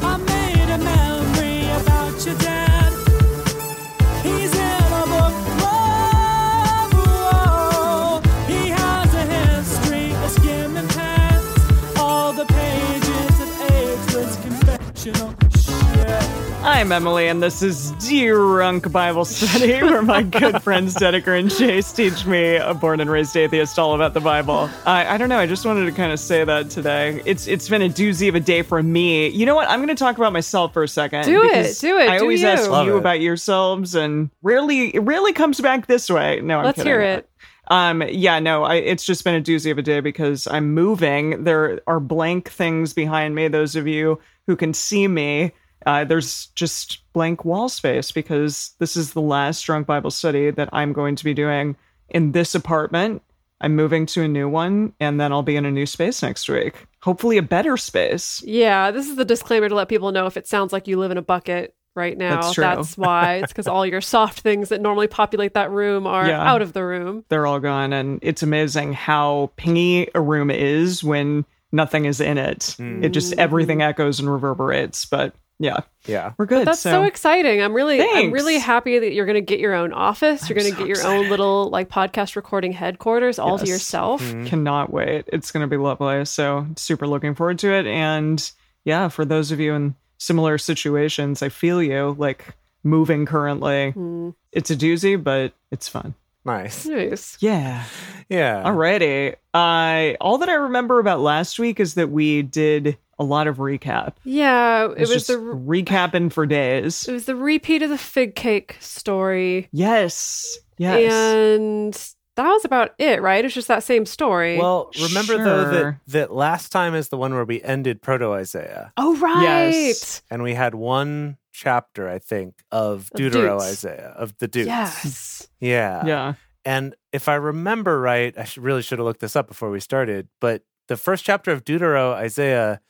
I made a memory about your dad. He's in a book. Whoa, whoa. He has a history of skimming past all the pages of ageless confessional shit. I'm Emily, and this is Drunk Bible Study, where my good friends Dedeker and Chase teach me, a born and raised atheist, all about the Bible. I, I don't know. I just wanted to kind of say that today. It's it's been a doozy of a day for me. You know what? I'm going to talk about myself for a second. Do it, because do it, I do always you. ask Love you it. about yourselves, and rarely it rarely comes back this way. No, I'm Let's kidding. hear it. Um, yeah, no, I, it's just been a doozy of a day because I'm moving. There are blank things behind me. Those of you who can see me, uh, there's just blank wall space because this is the last drunk Bible study that I'm going to be doing in this apartment. I'm moving to a new one, and then I'll be in a new space next week. Hopefully, a better space. Yeah, this is the disclaimer to let people know if it sounds like you live in a bucket right now. That's true. why. It's because all your soft things that normally populate that room are Yeah. out of the room. They're all gone, and it's amazing how pingy a room is when nothing is in it. It just everything echoes and reverberates. But yeah, Yeah. we're good. That's so, exciting. I'm really I'm Thanks. really happy that you're going to get your own office. you're I'm going to so get your excited. own little like podcast recording headquarters all to Yes. Mm. yourself. Cannot wait. It's going to be lovely. So, super looking forward to it. And yeah, for those of you in similar situations, I feel you like moving currently. Hmm. It's a doozy, but it's fun. Nice. Nice. Yeah. Yeah. Alrighty. I all that I remember about last week is that we did a lot of recap. Yeah, it was just the re- recapping for days. it was the repeat of the fig cake story. Yes. Yes. And that was about it, right? It's just that same story. Well, remember though that Sure. that last time is the one where we ended Proto Isaiah, oh right. Yes. and we had one chapter, I think, of Of Deutero Dutes. Isaiah of the Dukes. Yes. Yeah. yeah. And if I remember right, I should, really should have looked this up before we started, but the first chapter of Deutero Isaiah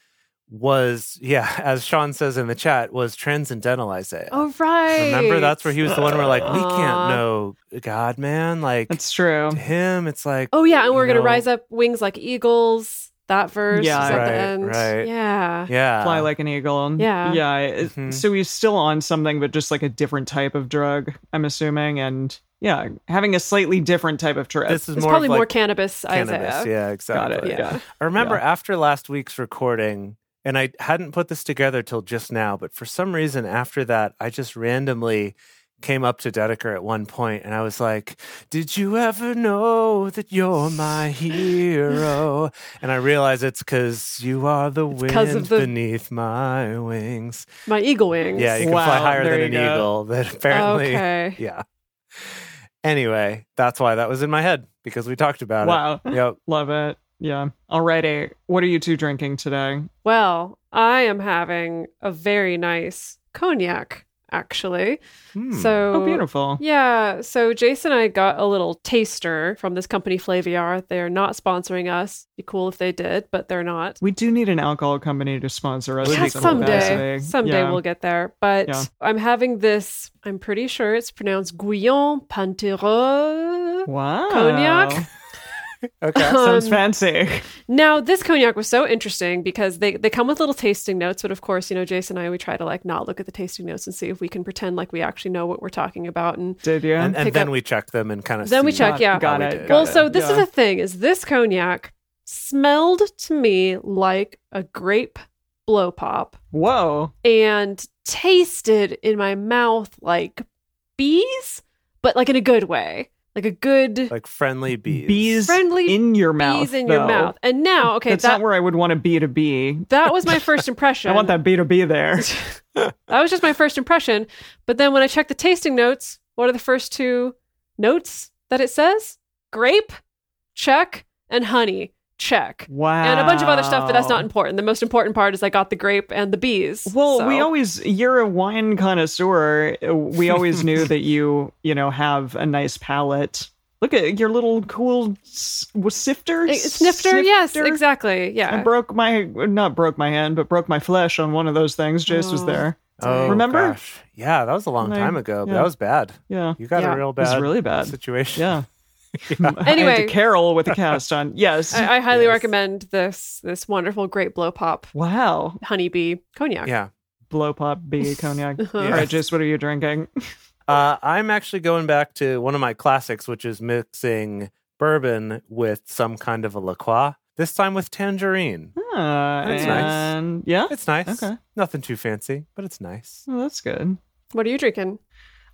was, yeah, as Sean says in the chat, was transcendental Isaiah. Oh right. Uh, Remember, that's where he was the one where like we Aw. can't know God, man. Like That's true. to him, it's like Oh yeah, and we're you gonna know, rise up wings like eagles. That verse Yeah. is at Right, the end. right. Yeah. Yeah, fly like an eagle. and- Yeah. Yeah. it- Mhm. So he's still on something, but just like a different type of drug, I'm assuming. And yeah, having a slightly different type of trip. this is It's more probably of, like, more cannabis, cannabis. Isaiah. Yeah, Got exactly. it. Yeah. Yeah. I remember after last week's recording, and I hadn't put this together till just now, but for some reason after that, I just randomly came up to Dedeker at one point and I was like, Did you ever know that you're my hero? and I realize it's because you are the wind 'cause of the- beneath my wings. My eagle wings. Yeah, you can fly Wow, higher there than you an go. eagle, that apparently. Okay. Yeah. Anyway, that's why that was in my head because we talked about Wow. it. Yep. Love it. Yeah. Alrighty. What are you two drinking today? Well, I am having a very nice cognac, actually. Hmm. So Oh, beautiful. Yeah, so Jason and I got a little taster from this company Flaviar. They're not sponsoring us. Be cool if they did, but they're not. We do need an alcohol company to sponsor us. Would Yeah, in be some cool. someday. capacity. Someday Yeah. we'll get there. But Yeah. I'm having this, I'm pretty sure it's pronounced Guyon Pantereux. Wow. Cognac? Okay. Sounds Um, fancy. Now, this cognac was so interesting because they, they come with little tasting notes, but of course, you know, Jason and I, we try to like not look at the tasting notes and see if we can pretend like we actually know what we're talking about. And Did you? and, and pick then up- we check them and kind of Then we check, Got- yeah. Got How we it. did. got well, it. so this is Yeah. the thing is this cognac smelled to me like a grape blow pop. Whoa. and tasted in my mouth like bees, but like in a good way, like a good like friendly bees. Bees Friendly in your mouth. bees in your though. mouth. And now, okay, That's that not where I would want to be to be. that was my first impression. I want that B to be there. That was just my first impression. But then when I checked the tasting notes, what are the first two notes that it says? Grape, check, and honey. check. Wow. And a bunch of other stuff, but that's not important. The most important part is I got the grape and the bees. Well, we So- always you're a wine connoisseur. Uh, We always knew that you, you know, have a nice palate. Look at your little cool s- was sifter, Eh, snifter, yes, Snifter? exactly. I Yeah. broke my not broke my hand, but broke my flesh on one of those things. Jace was Oh. there. Oh, Remember? gosh. Yeah, that was a long Like, time ago, but yeah. that was bad. Yeah, You got Yeah. a real it was bad, really bad. situation. Yeah. I had Anyway. to Carol with a cast on. Yes. I, I highly Yes. recommend this this wonderful grape blow pop wow. honeybee cognac. Yeah. Blow pop B cognac. All right, Jace, what are you drinking? Uh, I'm actually going back to one of my classics, which is mixing bourbon with some kind of a La Croix, this time with tangerine. Uh, That's nice. and yeah, It's nice. Okay. Nothing too fancy, but it's nice. well, that's good. What are you drinking?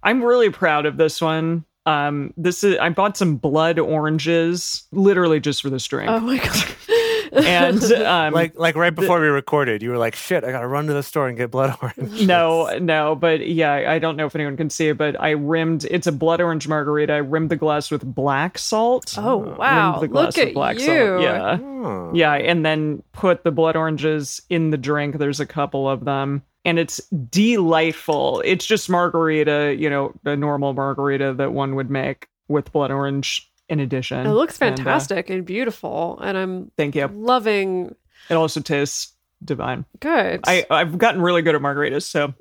I'm really proud of this one. Um, this is I bought some blood oranges, literally just for this drink, Oh my god. and um, like like right before we recorded, you were like, "Shit, I gotta run to the store and get blood orange." no, no, but yeah, I don't know if anyone can see it, but I rimmed. It's a blood orange margarita. I rimmed the glass with black salt. oh wow. Rimmed the glass Look with at black you. salt. Yeah, Oh. yeah, and then put the blood oranges in the drink. There's a couple of them. And it's delightful. It's just margarita, you know, a normal margarita that one would make with blood orange in addition. It looks And, uh, fantastic and, beautiful, and I'm Thank you. loving It also tastes divine. good. I, I've gotten really good at margaritas, so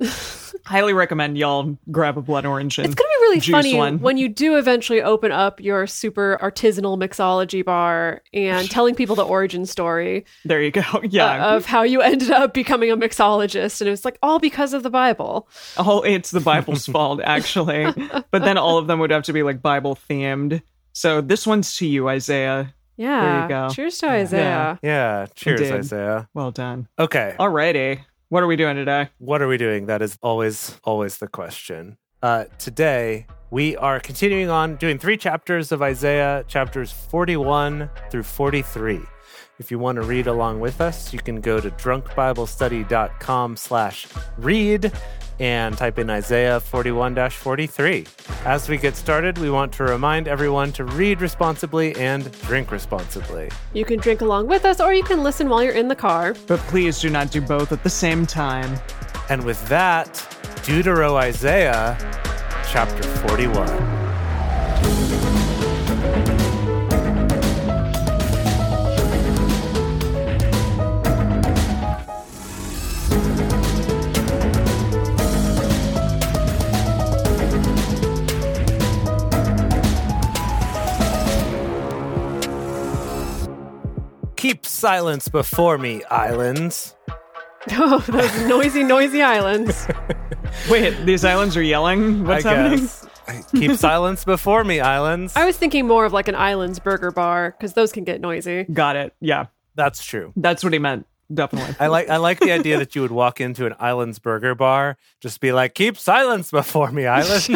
highly recommend y'all grab a blood orange and it's gonna be really Juice funny one. when you do eventually open up your super artisanal mixology bar and telling people the origin story there you go. uh, Yeah. of how you ended up becoming a mixologist, and it was like all because of the Bible. all it's the Bible's fault, actually. But then all of them would have to be like Bible themed. So this one's to you, Isaiah. Yeah. go. Cheers to Isaiah. Yeah. Cheers, Indeed. Isaiah. Well done. Okay. Alrighty. What are we doing today? what are we doing? That is always, always the question. Uh, today, we are continuing on doing three chapters of Isaiah, chapters 41 through 43. If you want to read along with us, you can go to drunkbiblestudy.com slash read and type in Isaiah 41 43. As we get started, we want to remind everyone to read responsibly and drink responsibly. You can drink along with us, or you can listen while you're in the car. But please do not do both at the same time. And with that, Deutero Isaiah, chapter 41. Keep silence before me, islands. Oh, those noisy, noisy islands. Wait, these islands are yelling? What's I happening? guess. Keep silence before me, islands. I was thinking more of like an islands burger bar because those can get noisy. Got it. Yeah. That's true. That's what he meant. Definitely. I like I like the idea that you would walk into an islands burger bar, just be like, "Keep silence before me, islands."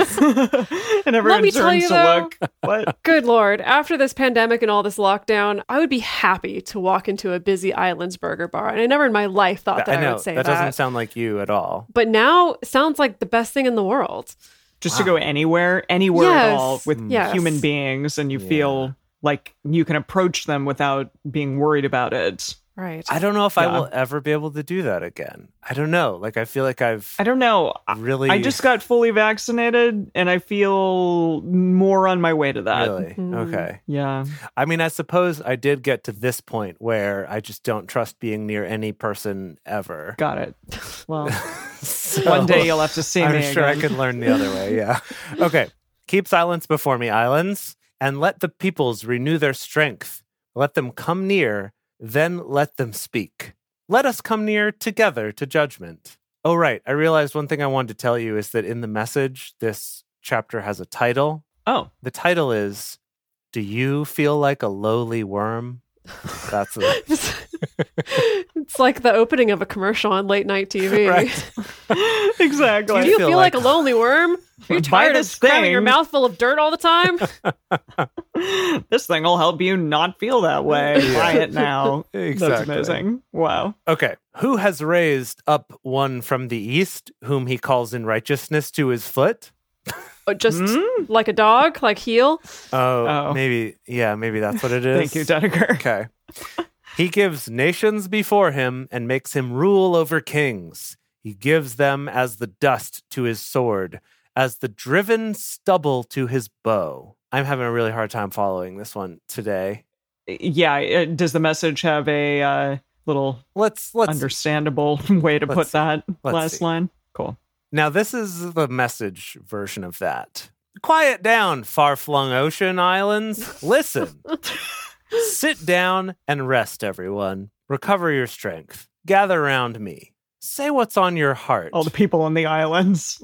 and everyone me turns tell you, to though- look. What? Good lord, after this pandemic and all this lockdown, I would be happy to walk into a busy islands burger bar. And I never in my life thought that I, I know would say that that. doesn't sound like you at all. but now sounds like the best thing in the world. Just to go anywhere, anywhere at all Yes, with yes. human beings, and you feel like you can approach them without being worried about it. Right. I don't know if I will ever be able to do that again. I don't know. Like I feel like I've I don't know. I- really I just got fully vaccinated, and I feel more on my way to that. Mm-hmm. really okay. Yeah. I mean, I suppose I did get to this point where I just don't trust being near any person ever. Got it. Well, So- one day you'll have to see I'm me. sure I again. could learn the other way. Yeah. Okay. Keep silence before me, islands, and let the peoples renew their strength. Let them come near, then let them speak. Let us come near together to judgment. Oh, right. I realized one thing I wanted to tell you is that in the message, this chapter has a title. Oh, The title is Do You Feel Like a Lowly Worm? That's a, it's like the opening of a commercial on late night TV. right. exactly. Do you feel, like, a lonely worm? Are you Buy tired of this cramming your thing. mouth full of dirt all the time? this thing will help you not feel that way. Yeah. Buy it now. That's Exactly. amazing. Wow. Okay. Who has raised up one from the east, whom he calls in righteousness to his foot? just Hmm? like a dog, like heel. Oh, Oh. maybe. Yeah, maybe that's what it is. Thank you, Dedeker. Okay. He gives nations before him and makes him rule over kings. He gives them as the dust to his sword, as the driven stubble to his bow. I'm having a really hard time following this one today. Yeah. it- does the message have a uh, little Let's let's understandable way to let's- put that let's last see. line? Cool. Now, this is the message version of that. Quiet down, far flung ocean islands. Listen. Sit down and rest, everyone. Recover your strength. Gather round me. Say what's on your heart. All the people on the islands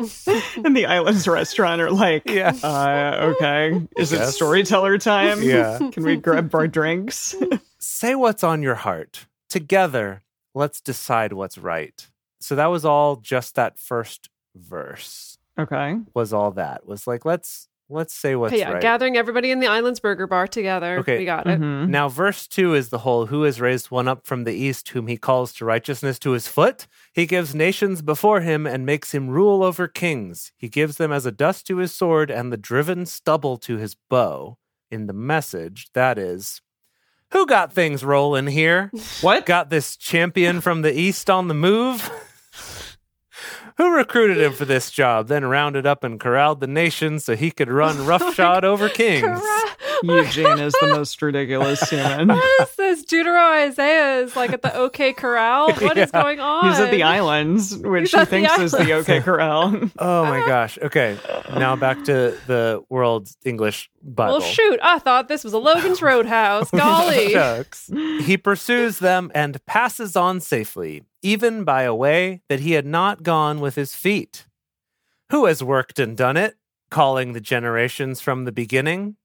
in the islands restaurant are like, Yeah. uh, okay, is it Yes. storyteller time? Yeah. Can we grab our drinks? Say what's on your heart. Together, let's decide what's right. So that was all just that first verse. okay. Was all that. Was like let's let's say what's Okay, yeah, right. gathering everybody in the Islands Burger Bar together. Okay. mm-hmm. we got it. Mhm. Now, verse two is the whole who has raised one up from the east, whom he calls to righteousness to his foot. He gives nations before him and makes him rule over kings. He gives them as a dust to his sword and the driven stubble to his bow. In the message, that is, who got things rolling here? What? Got this champion from the east on the move? Who recruited him for this job, then rounded up and corralled the nations so he could run roughshod over kings? Eugene is the most ridiculous human. What is this? Deutero Isaiah is like at the OK Corral. What is going on? He's at the islands, which He's he at the thinks is the islands. OK Corral. Oh Uh-huh. my gosh. Okay. Now back to the world English Bible. Well, shoot, I thought this was a Logan's Roadhouse. Golly. Shucks. He pursues them and passes on safely, even by a way that he had not gone with his feet. Who has worked and done it, calling the generations from the beginning?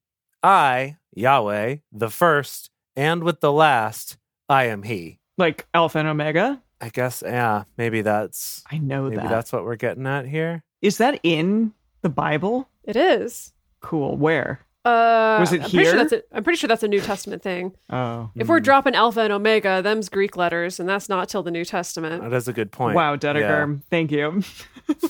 I, Yahweh, the first, and with the last, I am he. like Alpha and Omega. I guess, yeah, maybe that's I know maybe that. that's what we're getting at here. Is that in the Bible? It is. Cool. Where? Uh, Was it I'm Pretty here? sure that's a, I'm pretty sure that's a New Testament thing. Oh. If Hmm. we're dropping Alpha and Omega, them's Greek letters, and that's not till the New Testament. That is a good point. Wow, Yeah. Dedeker. Thank you.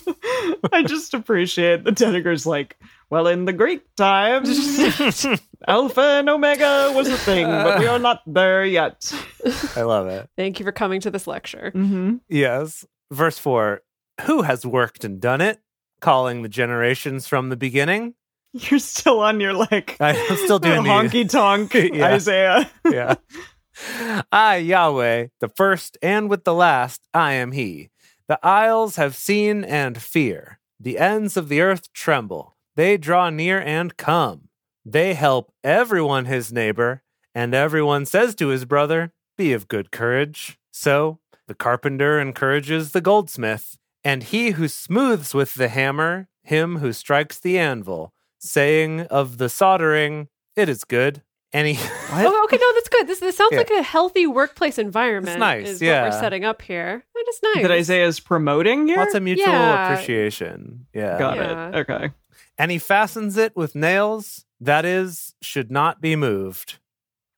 I just appreciate the Dedeker's like, well, in the Greek times, Alpha and Omega was a thing, but we are not there yet. I love it. Thank you for coming to this lecture. hmm Yes. Verse 4 Who has worked and done it? Calling the generations from the beginning. You're still on your like I am still doing these. honky tonk Yeah. Isaiah. Yeah. I, Yahweh, the first and with the last, I am He. The isles have seen and fear. The ends of the earth tremble. They draw near and come. They help everyone his neighbor, and everyone says to his brother, Be of good courage. So the carpenter encourages the goldsmith, and he who smooths with the hammer, him who strikes the anvil, saying of the soldering, It is good. And he. Oh, okay, no, that's good. This, this sounds Yeah. like a healthy workplace environment. It's nice, is yeah. what we're setting up here. That is nice. That Isaiah's promoting here? Lots of mutual Yeah. appreciation. Yeah. Got Yeah. it. Okay. And he fastens it with nails that is, should not be moved.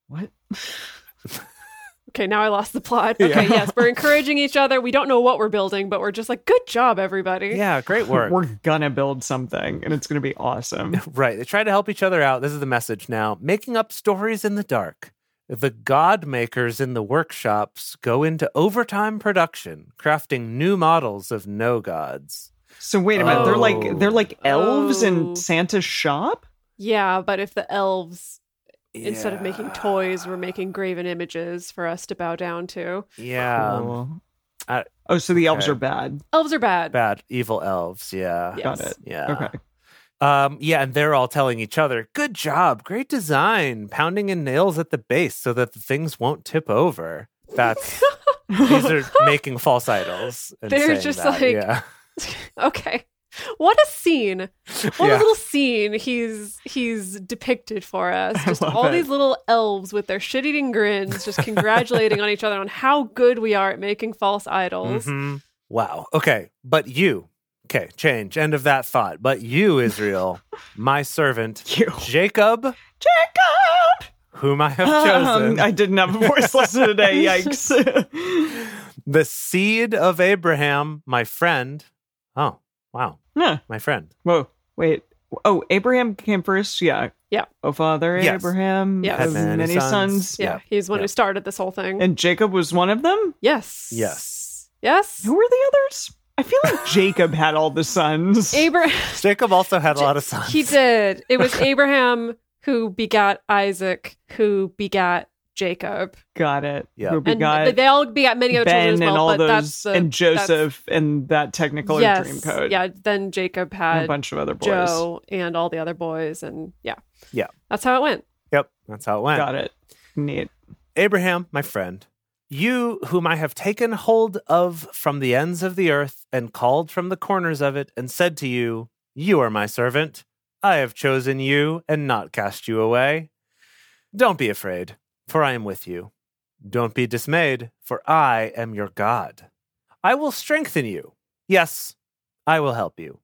What? Okay, now I lost the plot. Okay, yes, we're encouraging each other. We don't know what we're building, but we're just like, good job, everybody. Yeah, great work. We're gonna build something and it's gonna be awesome. right. They try to help each other out. This is the message now. Making up stories in the dark. The god makers in the workshops go into overtime production, crafting new models of no gods. So wait a minute, they're Oh. like they're like elves Oh. in Santa's shop? Yeah, but if the elves, instead of making Yeah. toys, were making graven images for us to bow down to, Yeah. Cool. Um, I- oh, so the elves okay. are bad. elves are bad. Bad evil elves. Yeah. Yes. Got it. Yeah. Okay. Um, yeah, and they're all telling each other, good job, great design, pounding in nails at the base so that the things won't tip over. That's these are making false idols. and They're saying just that, like- yeah. Okay. What a scene. What Yeah. a little scene he's he's depicted for us. I Just love all it. these little elves with their shit-eating grins just congratulating on each other on how good we are at making false idols. Mhm. Wow. Okay. But you, okay, change. End of that thought. But you, Israel, my servant, You Jacob, Jacob. whom I have Um, chosen, I didn't have a voice lesson today. Yikes. the seed of Abraham, my friend. Oh, wow. huh. My friend. Whoa. Wait. Oh, Abraham came first. Yeah. Yeah. Oh, Father Yes. Abraham. Yes. has Had many Many sons. sons. Yeah, Yeah. he's the one Yeah. who started this whole thing. And Jacob was one of them. yes. Yes. Yes. Who were the others? I feel like Jacob had all the sons. Abraham. Jacob also had a lot of sons. He did. It was Abraham who begat Isaac, who begat Jacob, Got it. Yeah. Who And and begot th- they all begat many other Ben children as well. and all but those, that's the, and that's- Joseph and that Technicolor yes, dream code. Yeah. Then Jacob And had a bunch of other boys. Joe and all the other boys, and yeah, Yeah. That's how it went. Yep, that's how it went. Got it. Neat. Abraham, my friend, you whom I have taken hold of from the ends of the earth and called from the corners of it and said to you, You are my servant. I have chosen you and not cast you away. Don't be afraid, for I am with you. Don't be dismayed, for I am your God. I will strengthen you. Yes, I will help you.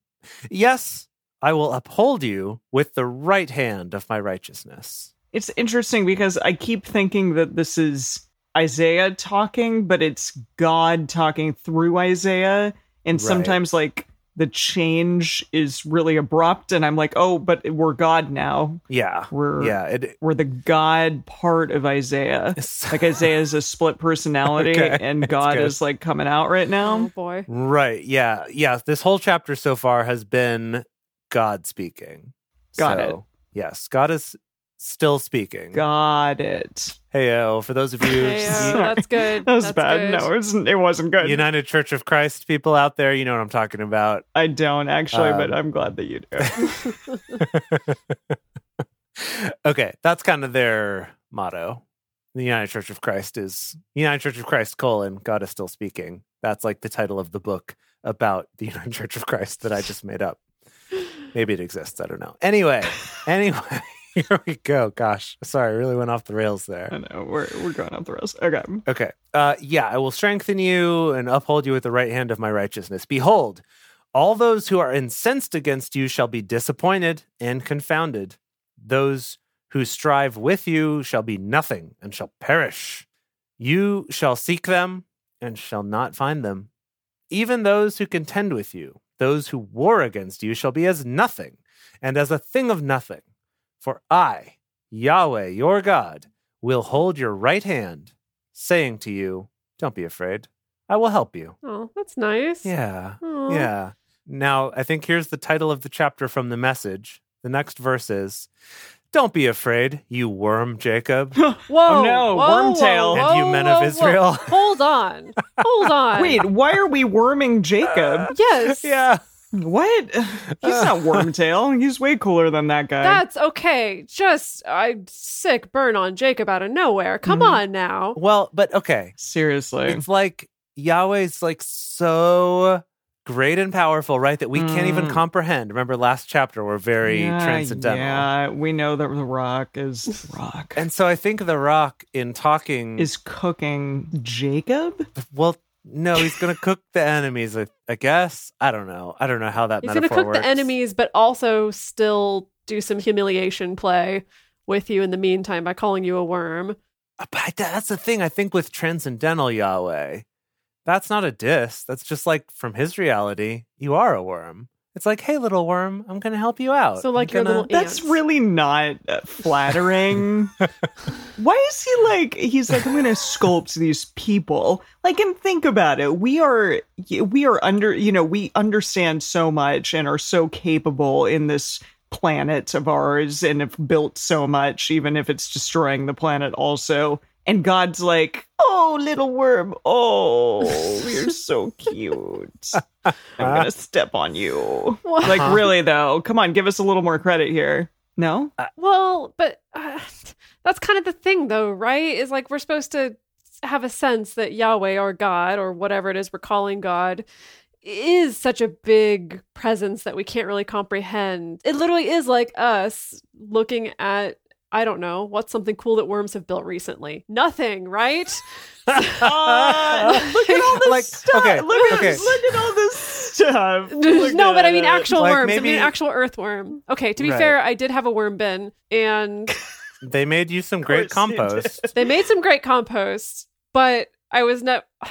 Yes, I will uphold you with the right hand of my righteousness. It's interesting because I keep thinking that this is Isaiah talking, but it's God talking through Isaiah. And Right. sometimes, like, the change is really abrupt. And I'm like, oh, but we're God now. Yeah. We're, Yeah, it, we're the God part of Isaiah. Like, Isaiah is a split personality, Okay, and that's God good. is like coming out right Oh now. boy. Right. Yeah. Yeah. This whole chapter so far has been God speaking. Got it. Yes. God is still speaking. Got it. Hey, oh, for those of you Heyo, Sorry. oh, that's good. That was that's bad. Good. No, it's, it wasn't good. United Church of Christ people out there, you know what I'm talking about. I don't actually, Um, but I'm glad that you do. okay. That's kind of their motto. The United Church of Christ is United Church of Christ colon God is still speaking. That's like the title of the book about the United Church of Christ that I just made up. Maybe it exists. I don't know. Anyway, anyway, here we go. Gosh, sorry, I really went off the rails I there. know we're we're going up the rails. Okay, Okay. Uh, yeah, I will strengthen you and uphold you with the right hand of my righteousness. Behold, all those who are incensed against you shall be disappointed and confounded. Those who strive with you shall be nothing and shall perish. You shall seek them and shall not find them. Even those who contend with you, those who war against you, shall be as nothing and as a thing of nothing. For I, Yahweh, your God, will hold your right hand, saying to you, Don't be afraid. I will help you. Oh, that's nice. Yeah. Aw. Yeah. Now, I think here's the title of the chapter from the message. The next verse is Don't be afraid, you worm Jacob, Whoa. Oh, no, whoa, Wormtail. whoa, and you whoa, men whoa, of whoa. Israel. Hold on. Hold on. wait, why are we worming Jacob? Yes. yeah. What? He's not Wormtail. He's way cooler than that guy. That's okay. Just I sick burn on Jacob out of nowhere. Come Mm-hmm. Mhm. on now. Well, but okay. Seriously, It's like Yahweh's like so great and powerful, right? That we can't even Mm. comprehend. Remember last chapter, we're very Yeah, transcendental. Yeah, we know that the Rock is Rock And so I think The Rock, in talking, is cooking Jacob. well, no, he's going to cook the enemies. I, I guess I don't know. I don't know how that He's gonna metaphor cook works. the enemies, but also still do some humiliation play with you in the meantime by calling you a worm. Uh, But I- that's the thing. I think with transcendental Yahweh, that's not a diss. That's just like from his reality, you are a worm. It's like, hey, little worm, I'm going to help you out. So, I'm like, you're a gonna- little That's Ants. really not uh, flattering. Why is he like? He's like, I'm going to sculpt these people. Like, and think about it. We are, we are under. You know, we understand so much and are so capable in this planet of ours, and have built so much, even if it's destroying the planet. Also, and God's like, oh, little worm, oh, you're so cute. I'm gonna step on you. What? Uh-huh. Like, really though, come on, give us a little more credit here. No, Uh, Well, but uh, that's kind of the thing, though, right? Is like we're supposed to have a sense that Yahweh or God or whatever it is we're calling God is such a big presence that we can't really comprehend. It literally is like us looking at. I don't know what's something cool that worms have built recently. Nothing, right? look at all this Like, stuff. okay, look, at, okay. look at all this stuff. Look no, but I at mean it. actual Like, worms. I maybe- mean an actual earthworm. Okay, to be Right. fair, I did have a worm bin, and They made you some great course they did. compost. they made some great compost, but I was not. I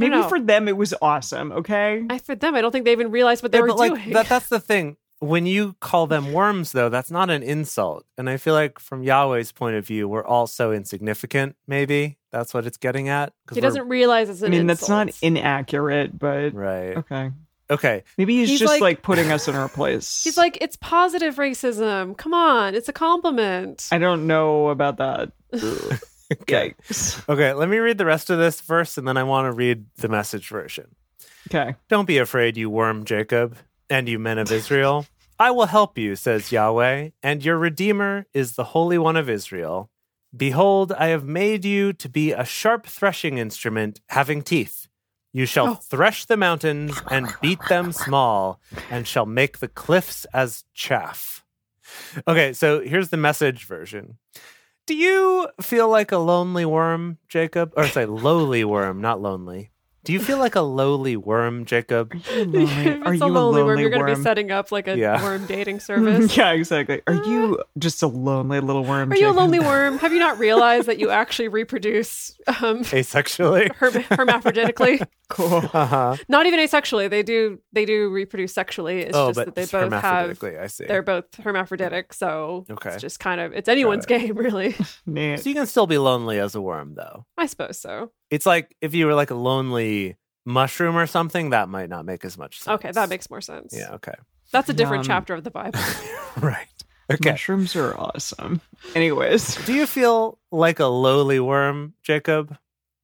don't Maybe know. for them it was awesome. Okay, I for them, I don't think they even realized what they Yeah, were but like doing. that, that's the thing. when you call them worms, though, that's not an insult. And I feel like from Yahweh's point of view, we're all so insignificant, maybe. That's what it's getting at. 'cause He we're- doesn't realize it's I an mean, that's not insult. inaccurate, but Right. okay. Okay. Maybe he's, He's just like- like, putting us in our place. He's like, it's positive racism. Come on, it's a compliment. I don't know about that. Okay. Yikes. Okay. Let me read the rest of this verse and then I want to read the message version. Okay. Don't be afraid, you worm Jacob, and you men of Israel. I will help you, says Yahweh, and your Redeemer is the Holy One of Israel. Behold, I have made you to be a sharp threshing instrument having teeth. You shall thresh the mountains and beat them small, and shall make the cliffs as chaff. Okay, so here's the message version. Do you feel like a lonely worm, Jacob? Or sorry, lowly worm, not lonely. Do you feel like a lowly worm, Jacob? Are you if lonely? Are it's you a lonely worm, lonely you're going to be worm? setting up like a Yeah. worm dating service. yeah, exactly. Are you just a lonely little worm? Are you a Jacob? lonely worm? Have you not realized that you actually reproduce um, Asexually? herm- hermaphroditically? Cool. Uh-huh. Not even asexually. They do they do reproduce sexually. It's oh, just but that they it's both have hermaphroditically, I see. they're both hermaphroditic. So Okay. it's just kind of it's anyone's game, really. Neat. So you can still be lonely as a worm, though. I suppose so. It's like if you were like a lonely mushroom or something, that might not make as much sense. Okay, that makes more sense. Yeah, okay. That's a different Yum. chapter of the Bible. Right. Okay. Mushrooms are awesome. Anyways, Do you feel like a lowly worm, Jacob?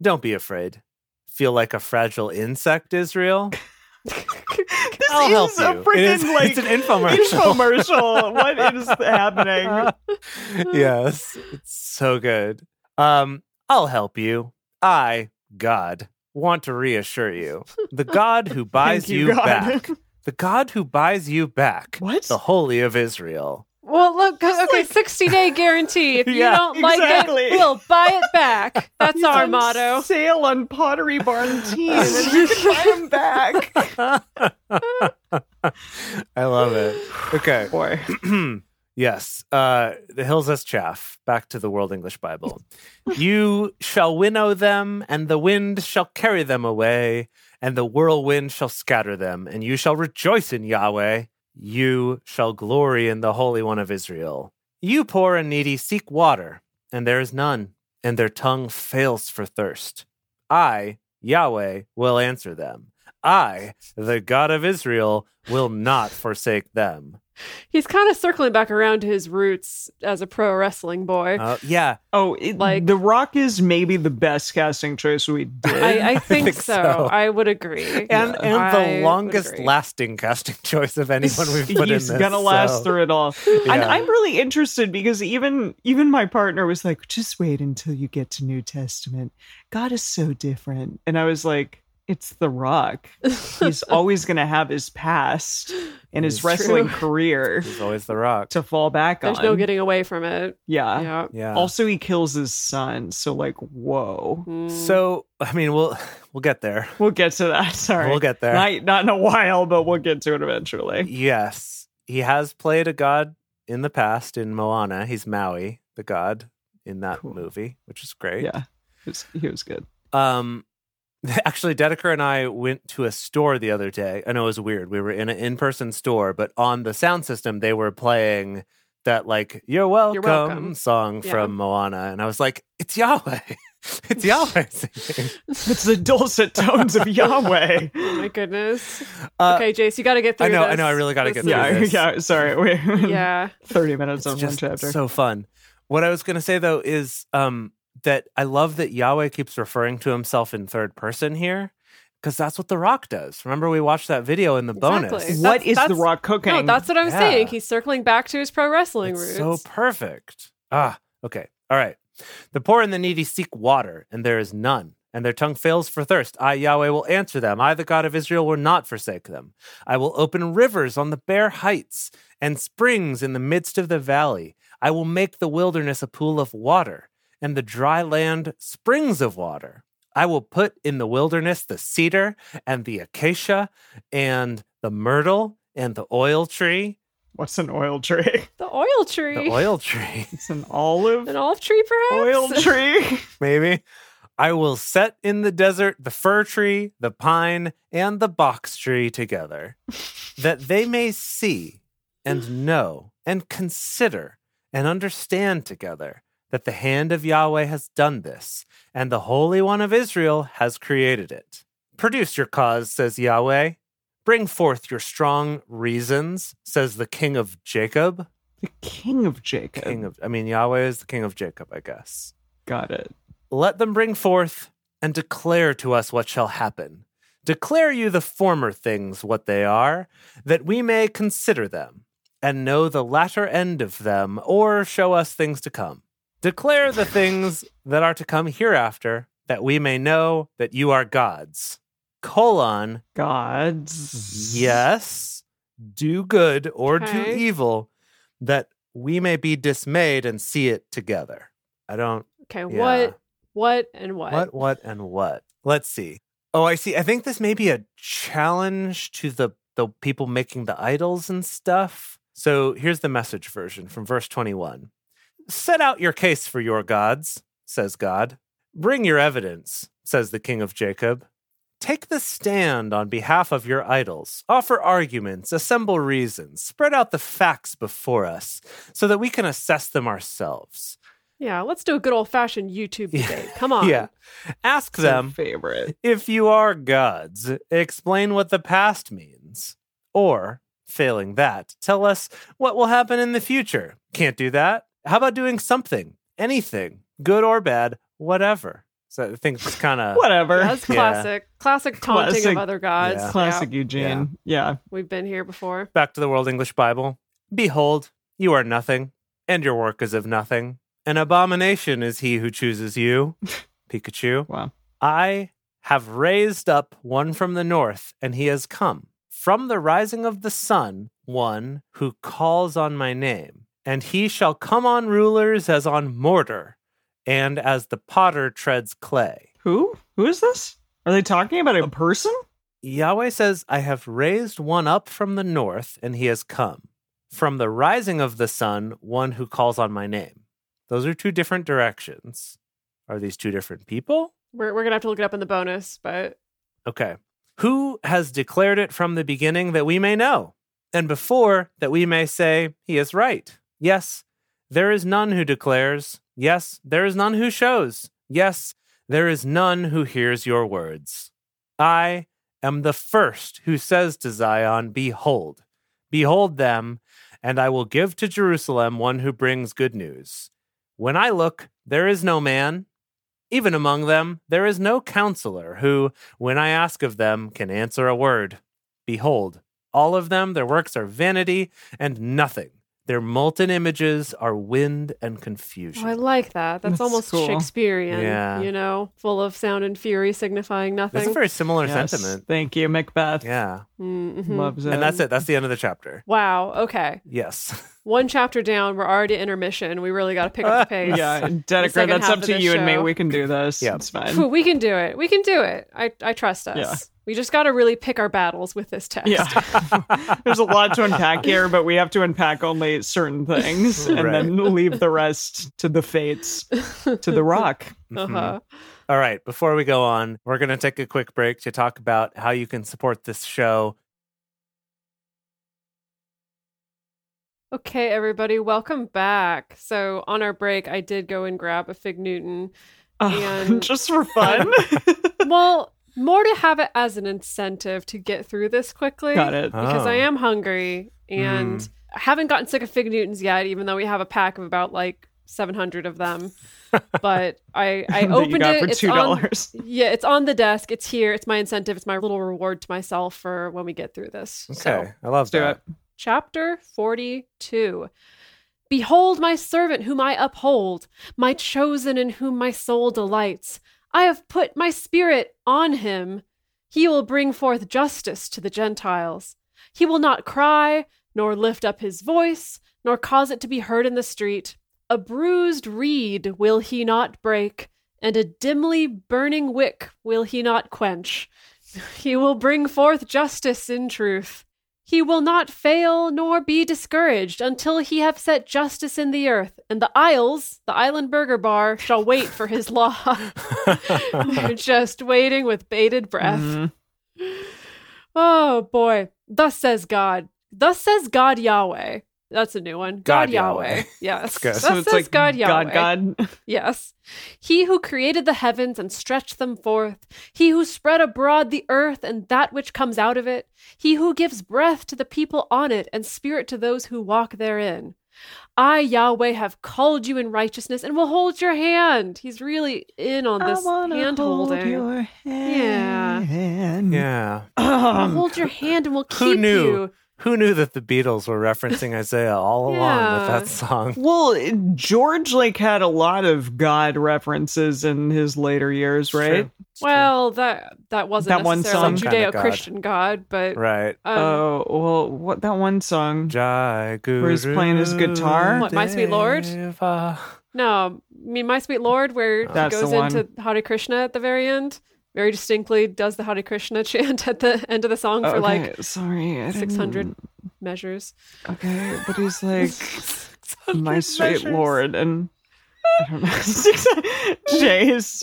Don't be afraid. Feel like a fragile insect, Israel? this I'll help is you. a freaking It is- like it's an infomercial. infomercial. what is happening? yes, it's so good. Um, I'll help you. I, God, want to reassure you. The God who buys Thank you, you, God. back. The God who buys you back. What? The Holy of Israel. Well, look, okay, 60 day guarantee. If you Yeah, don't like exactly. it, we'll buy it back. That's our On motto. Sale on Pottery Barn teen, and you can buy them back. I love it. Okay. Boy, yes. Uh, the hills as chaff. Back to the World English Bible. you shall winnow them, and the wind shall carry them away, and the whirlwind shall scatter them, and you shall rejoice in Yahweh. You shall glory in the Holy One of Israel. You poor and needy seek water, and there is none, and their tongue fails for thirst. I, Yahweh, will answer them. I, the God of Israel, will not forsake them. He's kind of circling back around to his roots as a pro wrestling boy. Uh, yeah, oh, it, Like- like The Rock is maybe the best casting choice we did. I, I think, think so. so. I would agree. and and I the would longest agree. lasting casting choice of anyone we've put he's in this. gonna last so- through it all and Yeah. i'm really interested because even even my partner was like just wait until you get to new testament god is so different and i was like it's the rock he's always gonna have his past and his It's wrestling true. career He's always the rock. to fall back There's on no getting away from it. Uh, yeah. yeah. Yeah. also he kills his son so like whoa Mm. so I mean, we'll we'll get there. we'll get to that sorry We'll get there. not, not in a while but we'll get to it eventually Yes, he has played a god in the past in Moana. He's Maui, the god in that Cool. movie, which is great. yeah he was, he was good Um, actually, Dedeker and I went to a store the other day. I know it was weird. We were in an in-person store, but on the sound system, they were playing that like "You're Welcome,", welcome. song Yeah. from Moana, and I was like, "It's Yahweh." It's Yahweh. singing." it's the dulcet tones of yahweh Oh my goodness. Uh, okay, Jace, you got to get through I know, I this. know, I really gotta This get yeah, through this. yeah. Sorry, we is- Yeah. 30 minutes on It's one just chapter. so fun. What I was going to say though is um, that I love that Yahweh keeps referring to himself in third person here because that's what The Rock does. Remember, we watched that video in the Exactly. bonus. what that's- is the that's- rock cooking? No, that's what I'm Yeah. saying. He's circling back to his pro wrestling It's so roots. perfect. Ah, okay. All right. The poor and the needy seek water, and there is none, and their tongue fails for thirst. I, Yahweh, will answer them. I, the God of Israel, will not forsake them. I will open rivers on the bare heights and springs in the midst of the valley. I will make the wilderness a pool of water, and the dry land springs of water. I will put in the wilderness the cedar and the acacia and the myrtle and the oil tree. What's an oil tree? the oil tree. The oil tree. It's an olive An olive tree, perhaps? oil tree. maybe. I will set in the desert the fir tree, the pine, and the box tree together, that they may see and know and consider and understand together that the hand of Yahweh has done this, and the Holy One of Israel has created it. Produce your cause, says Yahweh. Bring forth your strong reasons, says the King of Jacob. The king of Jacob. King of, I mean, Yahweh is the King of Jacob, I guess. Got it. Let them bring forth and declare to us what shall happen. Declare you the former things what they are, that we may consider them, and know the latter end of them, or show us things to come. Declare the things that are to come hereafter, that we may know that you are gods. Colon, Gods. yes, do good or do Okay. evil, that we may be dismayed and see it together. I don't Okay, Yeah. what, what, and what? What, what, and what? Let's see. Oh, I see. I think this may be a challenge to the the people making the idols and stuff. So here's the message version from verse 21. Set out your case for your gods, says God. Bring your evidence, says the king of Jacob. Take the stand on behalf of your idols. Offer arguments, assemble reasons, spread out the facts before us so that we can assess them ourselves. Yeah, let's do a good old fashioned YouTube Yeah. debate. Come on. Yeah. Ask them, Favorite. if you are gods, explain what the past means. Or, failing that, tell us what will happen in the future. Can't do that. How about doing something? Anything, good or bad, whatever. So I think it's kind of Whatever. That's Yeah. classic. Classic taunting Classic. of other gods. Yeah. Classic Yeah, Eugene. Yeah. we've been here before. back to the World English Bible. Behold, you are nothing, and your work is of nothing. An abomination is he who chooses you, Pikachu. Wow. I have raised up one from the north, and he has come. From the rising of the sun, one who calls on my name, and he shall come on rulers as on mortar, and as the potter treads clay. Who? Who is this? Are they talking about a person? Yahweh says, I have raised one up from the north, and he has come. From the rising of the sun, one who calls on my name. Those are two different directions. Are these two different people? We're, we're going to have to look it up in the bonus, but Okay. Who has declared it from the beginning that we may know, and before that we may say, He is right? Yes, there is none who declares. Yes, there is none who shows. Yes, there is none who hears your words. I am the first who says to Zion, Behold, behold them, and I will give to Jerusalem one who brings good news. When I look, there is no man. Even among them, there is no counselor who, when I ask of them, can answer a word. Behold, all of them, their works are vanity and nothing. Their molten images are wind and oh, confusion. I like that. That's, That's almost cool. Shakespearean, Yeah. you know, full of sound and fury signifying That's a nothing. very similar Yes. sentiment. Thank you, Macbeth. Yeah. Mhm. Loves it. And that's it. That's the end of the chapter. Wow. Okay. Yes. One chapter down. We're already at intermission. We really got to pick up the pace. Yeah, Dedeker, second that's half up of to this you and me. show. We can do this. Yeah. It's fine. Phew, we can do it. We can do it. I, I trust us. Yeah. We just got to really pick our battles with this text. Yeah. There's a lot to unpack here, but we have to unpack only certain things and Right. then leave the rest to the fates, to the rock. Mm-hmm. Uh-huh. All right. Before we go on, we're going to take a quick break to talk about how you can support this show. Okay, everybody, welcome back. So, on our break, I did go and grab a Fig Newton. And- Ah, Just for fun. well, more to have it as an incentive to get through this quickly. Got it. Hmm. Because Oh. I am hungry and Mm. I haven't gotten sick of Fig Newtons yet, even though we have a pack of about like 700 of them. But I, I That you opened got it. for It's two on- dollars. yeah, it's on the desk. It's here. It's my incentive. It's my little reward to myself for when we get through this. Okay. So, I love Let's do that. it. chapter 42. Behold, my servant whom I uphold, my chosen in whom my soul delights. I have put my spirit on him. He will bring forth justice to the Gentiles. He will not cry, nor lift up his voice, nor cause it to be heard in the street. A bruised reed will he not break, and a dimly burning wick will he not quench. He will bring forth justice in truth. He will not fail nor be discouraged until he have set justice in the earth, and the isles, the island burger bar, shall wait for his law. We're just Mm-hmm. waiting with bated breath. Mhm. Oh boy. Thus says God Thus says God Yahweh. That's a new one. God, God Yahweh. Yahweh. Yes. good. Thus So says God Yahweh. God, God. Yes. He who created the heavens and stretched them forth, he who spread abroad the earth and that which comes out of it, he who gives breath to the people on it and spirit to those who walk therein. I, Yahweh, have called you in righteousness and will hold your hand. He's really in on this hand holding. hand. Yeah. I'll Yeah. hold your hand and will keep Um, who knew? you. Who knew that the Beatles were referencing Isaiah all along with Yeah. that song? Well, George like had a lot of God references in his later years, right? Well, that that wasn't That one song. necessarily Some kind of Judeo-Christian God, but Right. um, Oh, well, what that one song? Jai Guru. he's playing his guitar? What, My Sweet Lord? Deva. No, I mean My Sweet Lord, where he Oh. That's the goes one. into Hare Krishna at the very end, very distinctly does the Hare Krishna chant at the end of the song for Oh, okay, like sorry, I 600 didn't- measures. Okay, but he's like my 600 straight measures. lord and. I don't know. Six- Jay is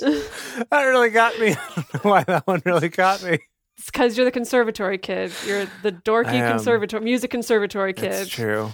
That really got me. I don't know why that one really got me. It's because you're the conservatory kid. You're the dorky I am. conservatory music conservatory kid. It's true.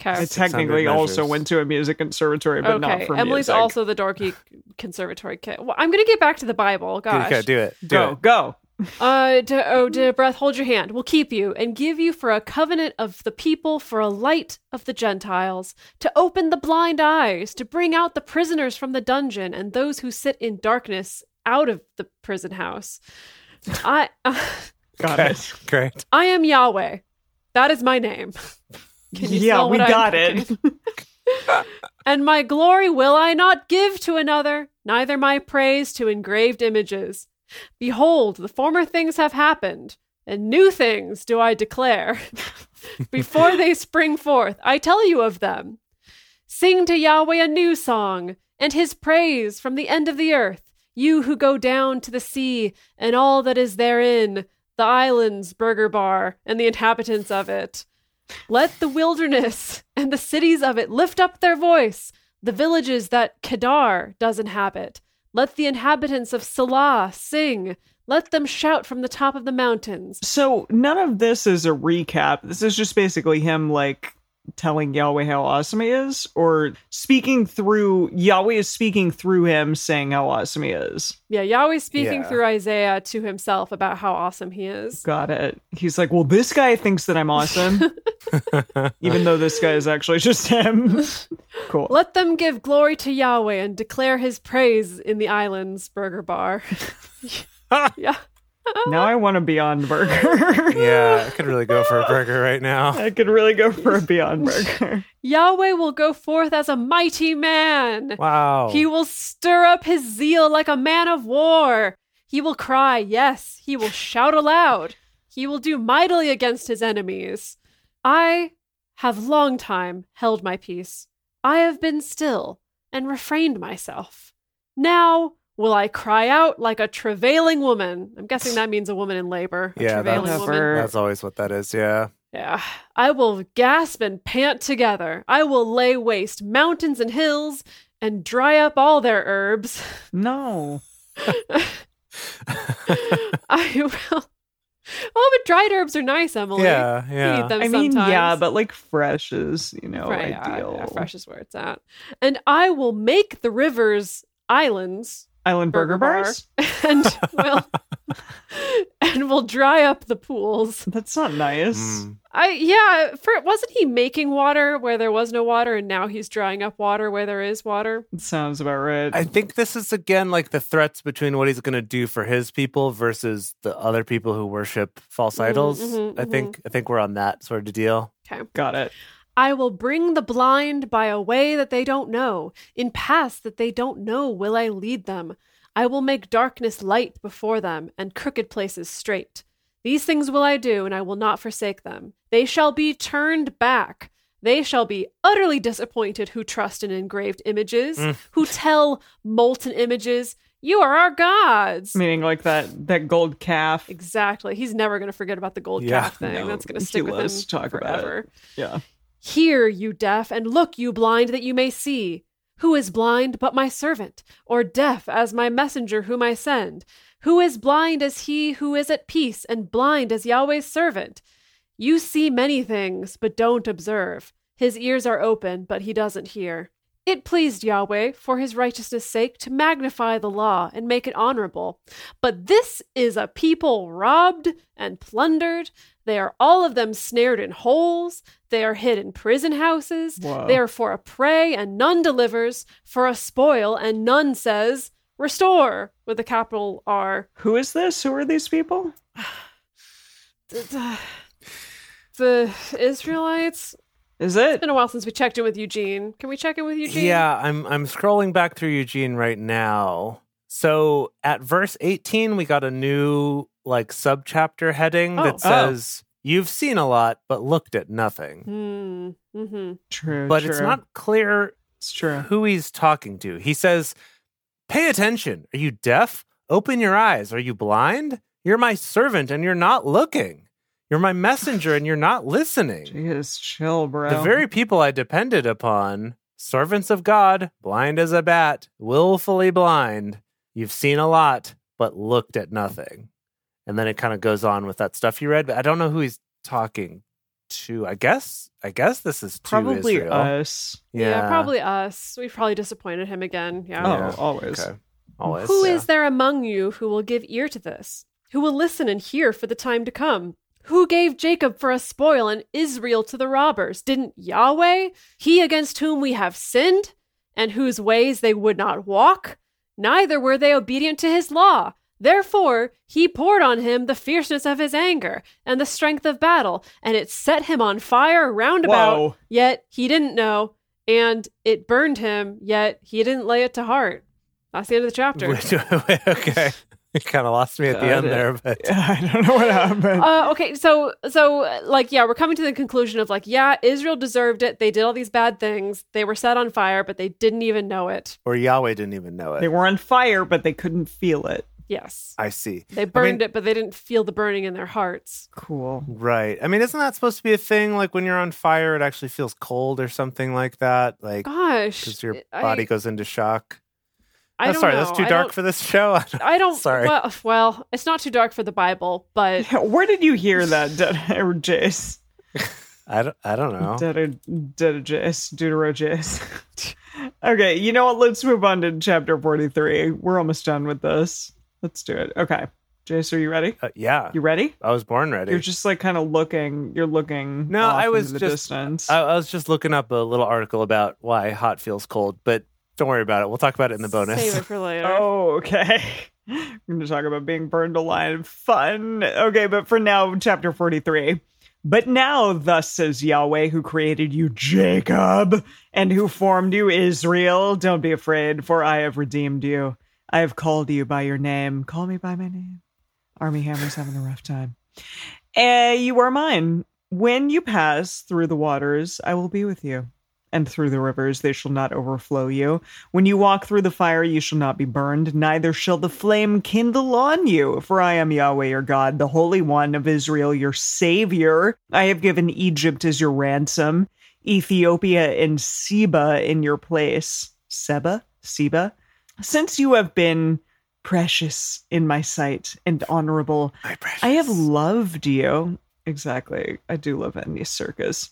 Okay. I It's- 600 technically also measures. went to a music conservatory, but not okay. for Emily's music. also the dorky conservatory kid. Well, I'm gonna get back to the Bible. Gosh. Okay, do it. Do go it. go. Uh, to, oh, to breath, hold your hand. We'll keep you and give you for a covenant of the people, for a light of the Gentiles, to open the blind eyes, to bring out the prisoners from the dungeon and those who sit in darkness out of the prison house. I, Got Okay, it. Great. I am Yahweh. That is my name. Can you Yeah, smell we what I'm got cooking? it. And my glory will I not give to another, neither my praise to engraved images. Behold, the former things have happened, and new things do I declare. Before they spring forth, I tell you of them. Sing to Yahweh a new song, and his praise from the end of the earth, you who go down to the sea and all that is therein, the islands, burger bar, and the inhabitants of it. Let the wilderness and the cities of it lift up their voice, the villages that Kedar does inhabit. Let the inhabitants of Salah sing. Let them shout from the top of the mountains. So none of this is a recap. This is just basically him like telling Yahweh how awesome he is, or speaking through Yahweh is speaking through him saying how awesome he is. Yeah, Yahweh's speaking Yeah. through Isaiah to himself about how awesome he is. Got it. He's like, Well, this guy thinks that I'm awesome. Even though this guy is actually just him. cool. Let them give glory to Yahweh and declare his praise in the islands, Burger Bar. yeah. now I want a Beyond Burger. Yeah, I could really go for a burger right now. I could really go for a Beyond Burger. Yahweh will go forth as a mighty man. Wow. He will stir up his zeal like a man of war. He will cry, yes, he will shout aloud. He will do mightily against his enemies. I have long time held my peace. I have been still and refrained myself. Now will I cry out like a travailing woman. I'm guessing that means a woman in labor. A Yeah, travailing that's- woman. Whatever. That's always what that is. Yeah. Yeah. I will gasp and pant together. I will lay waste mountains and hills and dry up all their herbs. No. I will. Oh, but dried herbs are nice, Emily. Yeah. You Yeah. Eat them I mean, sometimes. yeah, but like fresh is, you know, Right, yeah, ideal. yeah, fresh is where it's at. And I will make the rivers islands Island burger, Burger bar. bars? and will and will dry up the pools. That's not nice. Mm. I yeah, for wasn't he making water where there was no water and now he's drying up water where there is water? That Sounds about right. I think this is again like the threats between what he's going to do for his people versus the other people who worship false Mhm, idols. mhm, I think I think we're on that sort of deal. Got it. I will bring the blind by a way that they don't know. In paths that they don't know will I lead them. I will make darkness light before them, and crooked places straight. These things will I do, and I will not forsake them. They shall be turned back. They shall be utterly disappointed who trust in engraved images, Mm. who tell molten images, You are our gods. Meaning like that that gold calf. Exactly. He's never going to forget about the gold Yeah, calf thing. no. That's going to He stick with him loves to talk about it. forever. Yeah. Hear, you deaf, and look, you blind, that you may see. Who is blind but my servant, or deaf as my messenger whom I send? Who is blind as he who is at peace, and blind as Yahweh's servant? You see many things, but don't observe. His ears are open, but he doesn't hear. It pleased Yahweh, for his righteousness' sake, to magnify the law and make it honorable. But this is a people robbed and plundered. They are all of them snared in holes. They are hid in prison houses. Wow. They are for a prey, and none delivers, for a spoil, and none says, Restore, with a capital R. Who is this? Who are these people? The- The Israelites. Is It's it? been a while since we checked in with Eugene. Can we check in with Eugene? Yeah, I'm I'm scrolling back through Eugene right now. So at verse 18 we got a new like subchapter heading Oh. Oh. that says you've seen a lot but looked at nothing. Hmm. Mm-hmm. True. But Mm, true. it's not clear It's true. who he's talking to. He says, "Pay attention. Are you deaf? Open your eyes. Are you blind? You're my servant and you're not looking. You're my messenger and you're not listening." Jeez, chill, bro. The very people I depended upon, servants of God, blind as a bat, willfully blind, you've seen a lot, but looked at nothing. And then it kind of goes on with that stuff you read, but I don't know who he's talking to. I guess I guess this is to probably Israel. us. Yeah. probably us. We've probably disappointed him again. Yeah. Oh, Yeah. always. Okay. Always. Who yeah. is there among you who will give ear to this? Who will listen and hear for the time to come? Who gave Jacob for a spoil and Israel to the robbers? Didn't Yahweh, he against whom we have sinned, and whose ways they would not walk? Neither were they obedient to his law. Therefore, he poured on him the fierceness of his anger and the strength of battle, and it set him on fire round about. Whoa. Yet he didn't know, and it burned him, yet he didn't lay it to heart. That's the end of the chapter. okay. You kind of lost me at the Got end it. there, but I don't know what happened. uh, okay, so so uh, like yeah, we're coming to the conclusion of like yeah, Israel deserved it. They did all these bad things. They were set on fire, but they didn't even know it. or Yahweh didn't even know they it. were on fire, but they couldn't feel it. Yes, I see. they burned it, but they didn't feel the burning in their hearts. Cool. Right. I mean, isn't that supposed to be a thing? Like when you're on fire, it actually feels cold or something like that. Like Gosh, because your I- body goes into shock. I Oh, don't sorry, know. that's too I dark don't- for this show. I don't- I don't. Sorry. Well, well, it's not too dark for the Bible, but Yeah, Where did you hear that, De- or Jace? I don't. I don't know. Deuter- Deuterojace, Deuterojace. okay, you know what? Let's move on to chapter 43. We're almost done with this. Let's do it. Okay. Jace, are you ready? Uh, yeah, You ready? I was born ready. You're just like kind of looking. You're looking. No, off I was into the just- distance. I, I was just looking up a little article about why hot feels cold, but don't worry about it. We'll talk about it in the bonus. Save it for later. Oh, okay. We're going to talk about being burned alive. Fun. Okay, but for now, chapter 43. But now, thus says Yahweh, who created you, Jacob, and who formed you, Israel. Don't be afraid, for I have redeemed you. I have called you by your name. Call me by my name. Army Hammer's having a rough time. Eh, you are mine. When you pass through the waters, I will be with you, and through the rivers, they shall not overflow you. When you walk through the fire, you shall not be burned, neither shall the flame kindle on you. For I am Yahweh your God, the Holy One of Israel, your Savior. I have given Egypt as your ransom, Ethiopia and Seba in your place. Seba? Seba? Since you have been precious in my sight and honorable, My precious. I have loved you. Exactly. I do love Andy Circus.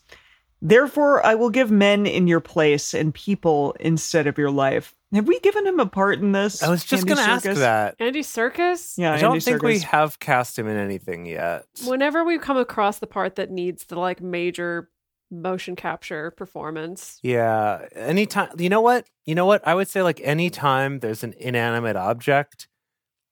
Therefore, I will give men in your place and people instead of your life. Have we given him a part in this? I was just Andy going to ask Serkis? that. Andy Circus. Yeah, I don't Andy think Serkis. we have cast him in anything yet. Whenever we come across the part that needs the like major motion capture performance, Yeah. Anytime, you know what? You know what? I would say, like, anytime there's an inanimate object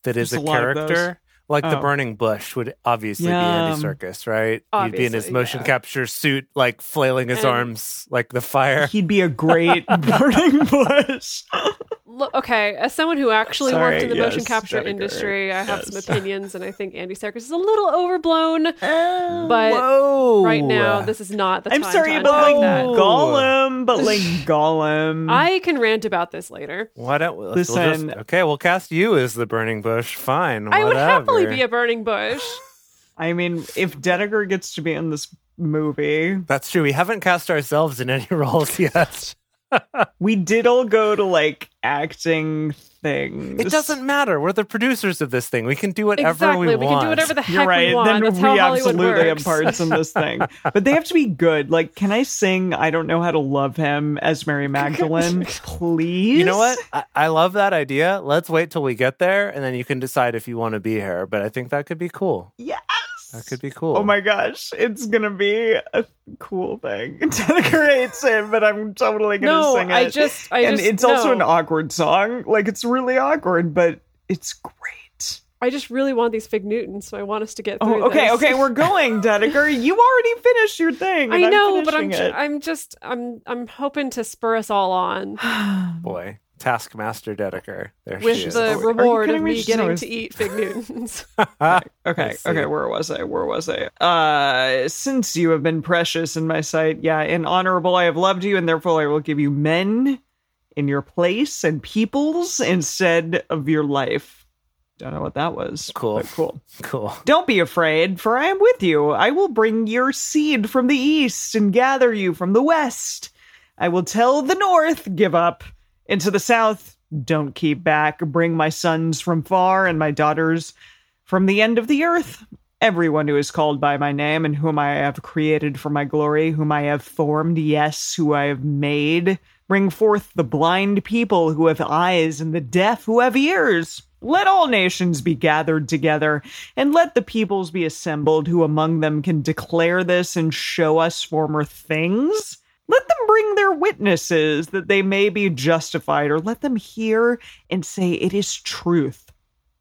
that is There's a a lot of those. character, like the Oh. burning bush would obviously be Yeah. Andy Circus, right? He'd be in his um, Obviously, motion yeah. capture suit, like flailing his And- arms like the fire. He'd be a great burning bush. look, okay, as someone who actually Sorry, worked in the motion yes, capture that'd be industry, I have Yes. some opinions, and I think Andy Circus is a little overblown But Whoa. right now. This is not the I'm time sorry, to but like unpack that. Gollum, but like Gollum. I can rant about this later. Why don't we listen? We'll Listen. just, okay, we'll cast you as the burning bush. Fine. I would whatever. happily be a burning bush. I mean, if Dedeker gets to be in this movie, That's true. We haven't cast ourselves in any roles yet. we did all go to like acting things. It doesn't matter. We're the producers of this thing. We can do whatever exactly. we We, want. can do whatever the heck You're right. we want. Then That's how we Hollywood absolutely have works. parts in this thing, but they have to be good. Like, can I sing "I Don't Know How to Love Him" as Mary Magdalene, please? You know what? I, I love that idea. Let's wait till we get there, and then you can decide if you want to be here. But I think that could be cool. Yes. That could be cool. Oh my gosh, it's gonna be a cool thing. Decker hates it, but I'm totally gonna no, sing it. I just, I and just, it's also no. an awkward song. Like it's really awkward, but it's great. I just really want these fig Newtons, so I want us to get through. Oh, okay, this. okay, we're going, Dedeker. You already finished your thing. and I know, but I'm, finishing ju- I'm just, I'm, I'm hoping to spur us all on it. boy, Taskmaster Dedeker. There she with is. the Are you reward of kidding me? me She's getting always- to eat fig Newtons. okay, Let's see. okay, where was I? Where was I? Uh since you have been precious in my sight, yeah, and honorable I have loved you, and therefore I will give you men in your place and peoples instead of your life. Don't know what that was. Cool. but cool. cool. Don't be afraid, for I am with you. I will bring your seed from the east and gather you from the west. I will tell the north, give up, and to the south, don't keep back. Bring my sons from far and my daughters from the end of the earth. Everyone who is called by my name and whom I have created for my glory, whom I have formed, yes, who I have made. Bring forth the blind people who have eyes and the deaf who have ears. Let all nations be gathered together, and let the peoples be assembled who among them can declare this and show us former things. Let them bring their witnesses that they may be justified, or let them hear and say, It is truth.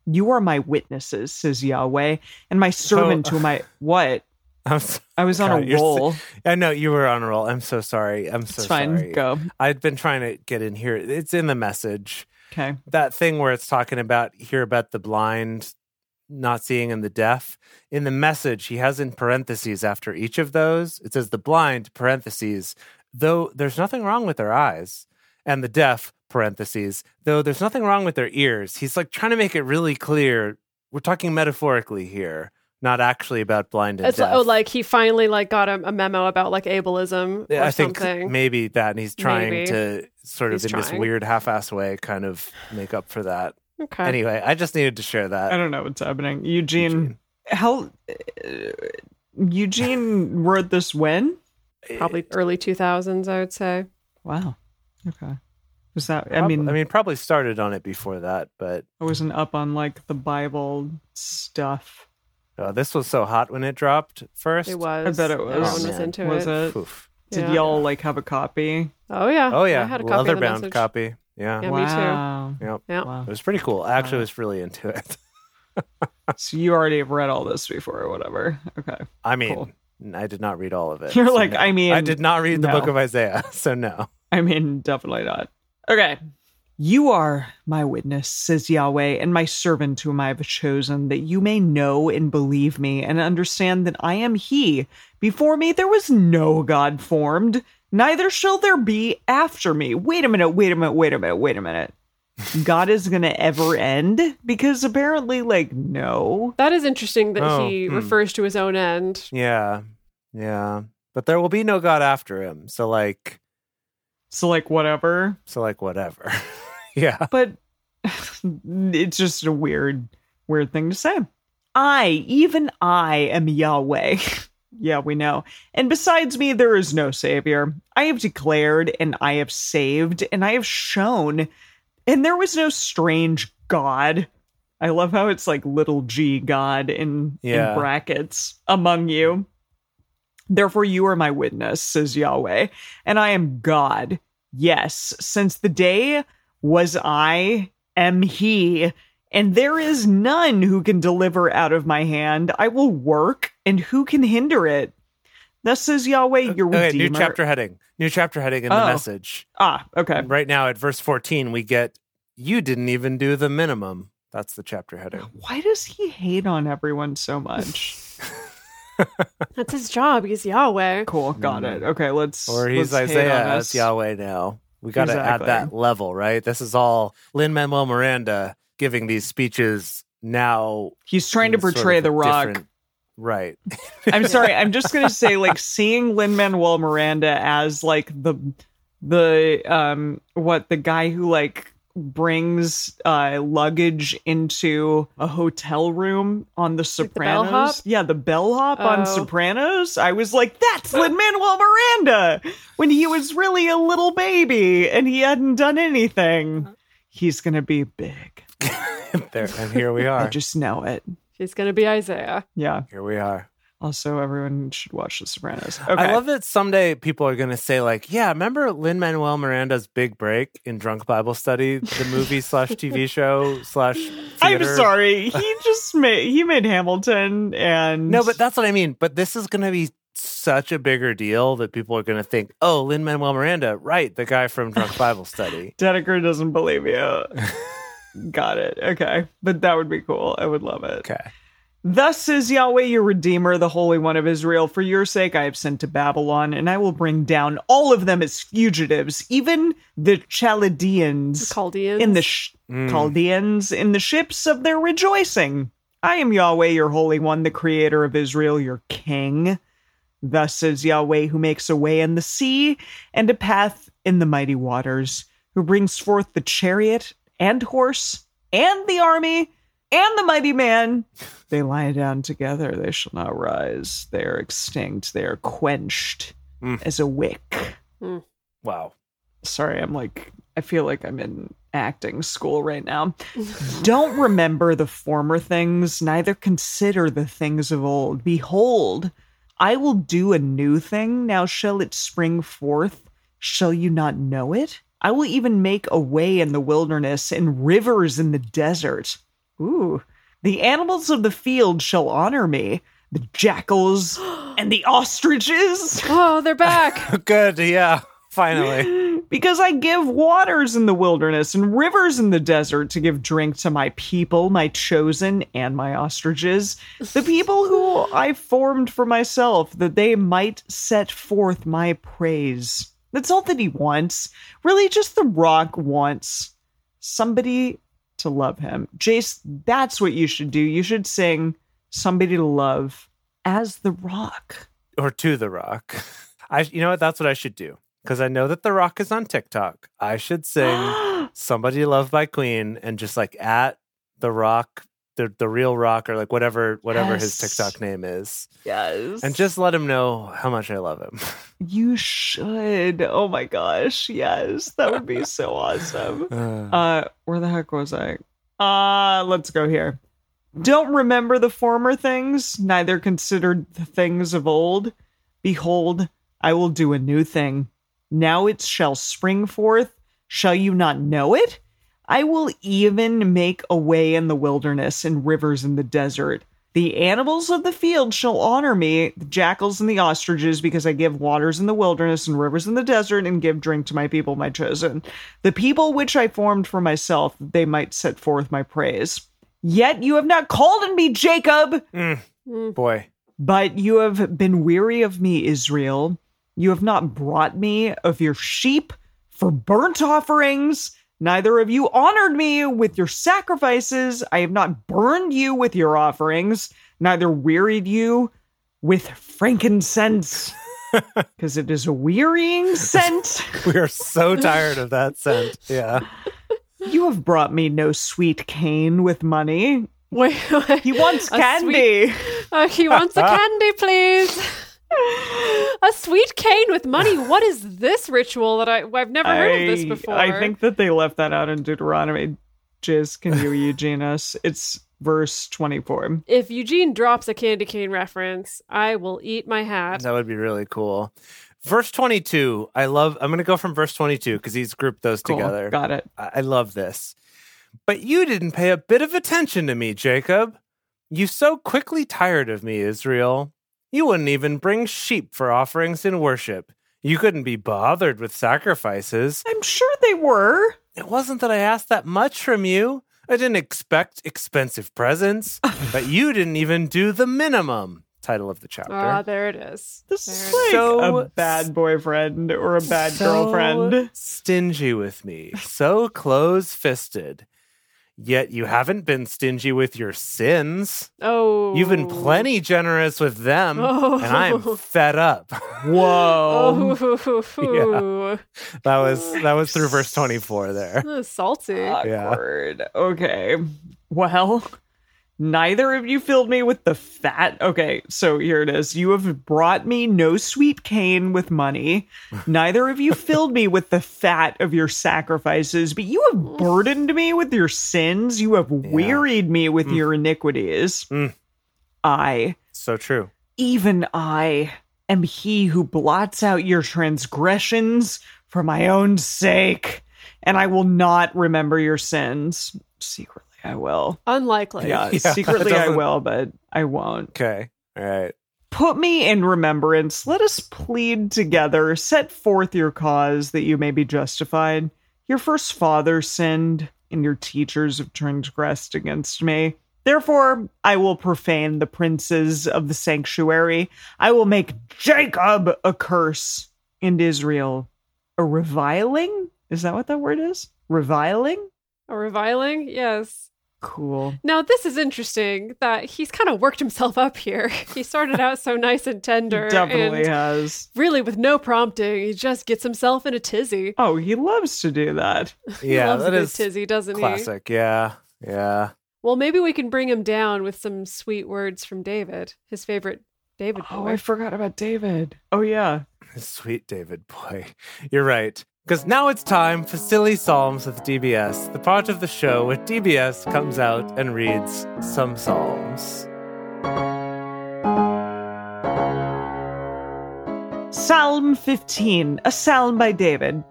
You are my witnesses, says Yahweh, and Oh. my servant whom I. What? I'm so- I was on God, a you're s- roll. I know you were on a roll. I'm so sorry. I'm so it's fine. sorry. Go. I've been trying to get in here. It's in the message. Okay. That thing where it's talking about here about the blind not seeing and the deaf. In the message, he has in parentheses after each of those, it says the blind, parentheses, though there's nothing wrong with their eyes, and the deaf, parentheses, though there's nothing wrong with their ears. He's like trying to make it really clear. We're talking metaphorically here, not actually about blind and it's like, deaf. oh, like he finally like got a, a memo about like ableism Yeah, or I think something. maybe that, and he's trying Maybe. to sort of He's in this trying. weird half-ass way, kind of make up for that. okay. Anyway, I just needed to share I that. don't know what's happening. Eugene, Eugene. how uh, Eugene wrote this when? Probably early 2000s, I would say. Wow. Okay. Was that? I Prob- mean, I mean, probably started on it before that, but I wasn't up on like the Bible stuff. uh, this was so hot when it dropped first. It was. I bet it was. Everyone was Yeah. into was it. it? Oof. Did Yeah. y'all like have a copy? Oh Ah, yeah. Oh yeah, I had a copy of the leatherbound message. copy. Yeah. Yeah. me too. wow. Yep. Yeah. It Wow. was pretty cool. I actually was really into it. so you already have read all this before or whatever. Okay. I mean, Cool. I did not read all of it. You're so like, no. I mean, I did not read the no. book of Isaiah, so no. I mean, definitely not. Okay. You are my witness, says Yahweh, and my servant whom I have chosen, that you may know and believe me and understand that I am He. Before me there was no God formed, neither shall there be after me. Wait a minute, wait a minute, wait a minute, wait a minute. God is going to ever end? Because apparently, like, no. That is interesting that Oh, he hmm. refers to his own end. Yeah. Yeah. But there will be no God after him. So like So, like, whatever. so like whatever. yeah. but it's just a weird, weird thing to say. I, even I, am Yahweh. yeah, we know. And besides me, there is no Savior. I have declared, and I have saved, and I have shown, and there was no strange God. I love how it's like little g God in, Yeah. in brackets among you. Therefore, you are my witness, says Yahweh, and I am God. Yes, since the day was I, am He, and there is none who can deliver out of my hand. I will work, and who can hinder it? Thus says Yahweh, your Okay, Redeemer. new chapter heading. New chapter heading in the Oh. message. Ah, okay. Right now at verse 14 we get you didn't even do the minimum. That's the chapter heading. Why does he hate on everyone so much? That's his job. He's Yahweh. Cool, got it. Okay, let's. Mm. Or he's let's hate Isaiah on that's us. Yahweh now. We got to Exactly. add that level, right? This is all Lin Manuel Miranda giving these speeches now He's trying to in sort of portray a the rock. different- Right. I'm sorry. I'm just gonna say, like, seeing Lin Manuel Miranda as like the the um what the guy who like brings uh luggage into a hotel room on the like the bellhop? Sopranos. yeah, the bellhop on Oh. Sopranos. I was like, that's Lin Manuel Miranda when he was really a little baby and he hadn't done anything. He's gonna be big. there, and here we I are. just know it. He's gonna be Isaiah. Yeah. Here we are. Also, everyone should watch The Sopranos. Okay. I love that someday people are going to say, like, yeah, remember Lin Manuel Miranda's big break in Drunk Bible Study, the movie slash TV show slash. I'm theater?" sorry. He just made he made Hamilton and No, but that's what I mean. But this is going to be such a bigger deal that people are going to think, oh, Lin Manuel Miranda, right, the guy from Drunk Bible Study. Dedeker doesn't believe you. Got it. Okay. But that would be cool. I would love it. Okay. Thus is Yahweh your Redeemer, the Holy One of Israel. For your sake I have sent to Babylon, and I will bring down all of them as fugitives, even the Chaldeans. Chaldeans. in the sh- Mm. Chaldeans in the ships of their rejoicing. I am Yahweh, your Holy One, the Creator of Israel, your King. Thus is Yahweh, who makes a way in the sea and a path in the mighty waters, who brings forth the chariot and horse and the army and the mighty man. They lie down together; they shall not rise. They are extinct; they are quenched Mm. as a wick Wow. sorry, I'm like, I feel like I'm in acting school right now. Don't remember the former things, neither consider the things of old. Behold, I will do a new thing. Now shall it spring forth? Shall you not know it? I will even make a way in the wilderness and rivers in the desert. Ooh. The animals of the field shall honor me, the jackals and the ostriches. Oh, they're back. Good. Yeah. Finally. Because I give waters in the wilderness and rivers in the desert to give drink to my people, my chosen, and my ostriches, the people who I formed for myself, that they might set forth my praise. That's all that he wants. Really, just The Rock wants somebody to love him. Jace, that's what you should do. You should sing Somebody to Love as The Rock. or to The Rock. I, you know what? That's what I should do because I know that The Rock is on TikTok. I should sing "Somebody Loved by Queen" and just like at The Rock, the the real Rock, or like whatever whatever his Yes. TikTok name is, yes. and just let him know how much I love him. You should. Oh my gosh. Yes. That would be so awesome. Uh, Uh where the heck was I? Uh let's go here. Don't remember the former things, neither considered the things of old. Behold, I will do a new thing. Now it shall spring forth. Shall you not know it? I will even make a way in the wilderness and rivers in the desert. The animals of the field shall honor me, the jackals and the ostriches, because I give waters in the wilderness and rivers in the desert, and give drink to my people, my chosen, the people which I formed for myself, that they might set forth my praise. Yet you have not called on me, Jacob, Hmm. boy, but you have been weary of me, Israel. You have not brought me of your sheep for burnt offerings. Neither of you honored me with your sacrifices. I have not burned you with your offerings, neither wearied you with frankincense, because it is a wearying scent. we are so tired of that scent. Yeah, You have brought me no sweet cane with money. Wait, wait. He wants A sweet- candy. Oh, he wants a candy, please. a sweet cane with money. What is this ritual that I, I've never heard of this before? I think that they left that out in Deuteronomy. Jizz, can you Eugene us? It's verse 24. if Eugene drops a candy cane reference, I will eat my hat. that would be really cool. Verse twenty-two. I love. I'm going to go from verse twenty-two because he's grouped those Cool. together. Got it. I I love this. But you didn't pay a bit of attention to me, Jacob. You so quickly tired of me, Israel. You wouldn't even bring sheep for offerings in worship. You couldn't be bothered with sacrifices. I'm sure they were. It wasn't that I asked that much from you. I didn't expect expensive presents, but you didn't even do the minimum. Title of the chapter. Ah, there it is. This There is it like So- a bad boyfriend or a bad so girlfriend. Stingy with me, so close fisted. Yet you haven't been stingy with your sins. Oh, You've been plenty generous with them, Oh. and I am fed up. Whoa. Oh, that was that was through verse twenty four. There, That was salty. Uh, Yeah. Awkward. Okay. Well, neither of you filled me with the fat. Okay, so here it is. You have brought me no sweet cane with money. Neither of you filled me with the fat of your sacrifices, but you have burdened me with your sins. You have wearied me with your iniquities. Mm. I so true. even I am he who blots out your transgressions for my own sake, and I will not remember your sins. Secretly, I will. Unlikely. Yeah, Yeah, secretly, it I doesn't- will, but I won't. Okay, all right. Put me in remembrance. Let us plead together. Set forth your cause that you may be justified. Your first father sinned, and your teachers have transgressed against me. Therefore, I will profane the princes of the sanctuary. I will make Jacob a curse and Israel a reviling. Is that what that word is? Reviling? Or reviling? Yes. Cool. Now, this is interesting that he's kind of worked himself up here. He started out so nice and tender. Definitely and has. Really, with no prompting, he just gets himself in a tizzy. Oh, he loves to do that. He Yeah, loves a that good is tizzy, doesn't he? classic. Yeah, yeah. Well, maybe we can bring him down with some sweet words from David, his favorite David Oh, boy. I forgot about David. Oh, yeah. Sweet David boy. You're right. Because now it's time for Silly Psalms with DBS, the part of the show where DBS comes out and reads some psalms. Psalm 15, a psalm by David.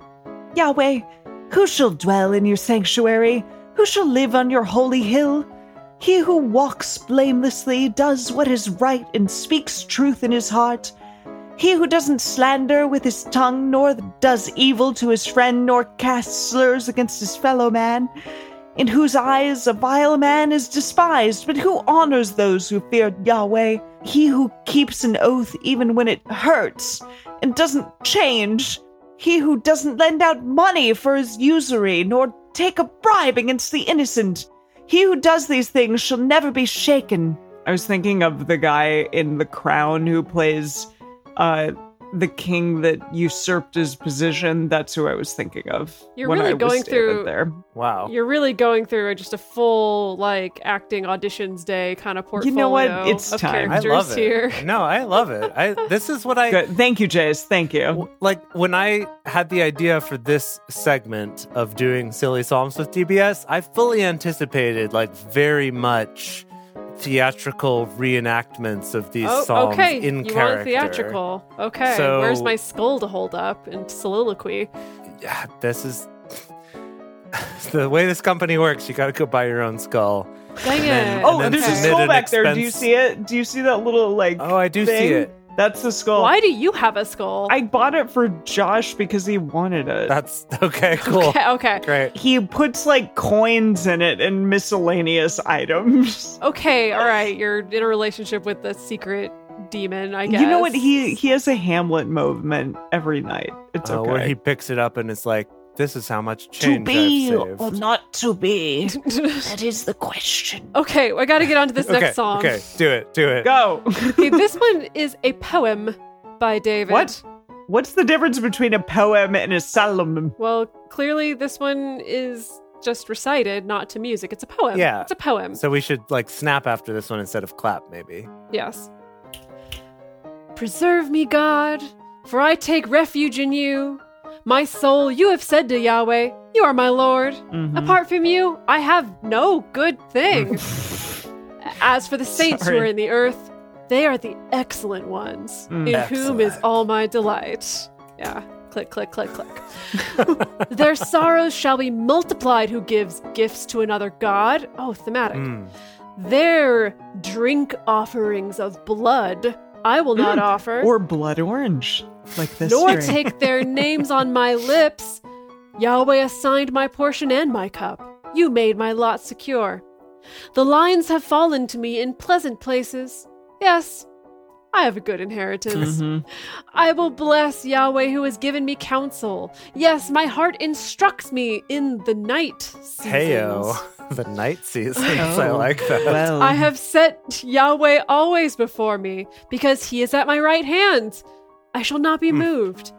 Yahweh, who shall dwell in your sanctuary? Who shall live on your holy hill? He who walks blamelessly, does what is right, and speaks truth in his heart. He who doesn't slander with his tongue, nor does evil to his friend, nor casts slurs against his fellow man, in whose eyes a vile man is despised, but who honors those who fear Yahweh. He who keeps an oath even when it hurts, and doesn't change. He who doesn't lend out money for his usury, nor take a bribe against the innocent. He who does these things shall never be shaken. I was thinking of the guy in The Crown who plays uh, the king that usurped his position. That's who I was thinking of. You're when really I was going David through- there. Wow. You're really going through just a full like acting auditions day kind of portfolio. You know what? It's of time. I Characters love it. here. No, I love it. I this is what I Good. Thank you, Jace. Thank you. w- like when I had the idea for this segment of doing silly psalms with DBS, I fully anticipated like very much theatrical reenactments of these Oh, psalms okay. in you character. want theatrical? Okay. So- Where's my skull to hold up and soliloquy? Yeah, Ah, this is the way this company works. You got to go buy your own skull. Dang then- it! and Oh, then there's a submit skull an back there. Do you expense- see it? Do you see that little like? Oh, I do thing? see it. That's the skull. Why do you have a skull? I bought it for Josh because he wanted it. That's okay. Cool. Okay. Okay. Great. he puts like coins in it and miscellaneous items. Okay. All right. You're in a relationship with the secret demon. I guess. You know what? He he has a Hamlet movement every night. It's Uh, okay. Where he picks it up and it's like, "This is how much change I've saved." not to be? That is the question. okay. I got to get on to this okay. next song. Okay. Do it. Do it. Go. okay. This one is a poem by David. What? What's the difference between a poem and a psalm? Well, clearly this one is just recited, not to music. It's a poem. Yeah. It's a poem. So we should like snap after this one instead of clap, maybe. Yes. Preserve me, God, for I take refuge in you. My soul, you have said to Yahweh, You are my Lord. Mhm. Apart from you, I have no good thing. As for the saints who are Sorry. in the earth, they are the excellent ones, Mm. in whom is Excellent. all my delight. Yeah. Click, click, click, click. Their sorrows shall be multiplied who gives gifts to another God. Oh, thematic. Mm. Their drink offerings of blood I will not offer, Mm. Or blood orange, like this. nor drink. take their names on my lips. Yahweh assigned my portion and my cup. You made my lot secure. The lines have fallen to me in pleasant places. Yes, I have a good inheritance. Mhm. I will bless Yahweh who has given me counsel. Yes, my heart instructs me in the night. Seasons. Heyo, the night seasons. I Oh. like that. Well, I have set Yahweh always before me, because he is at my right hand. I shall not Hmm. be moved.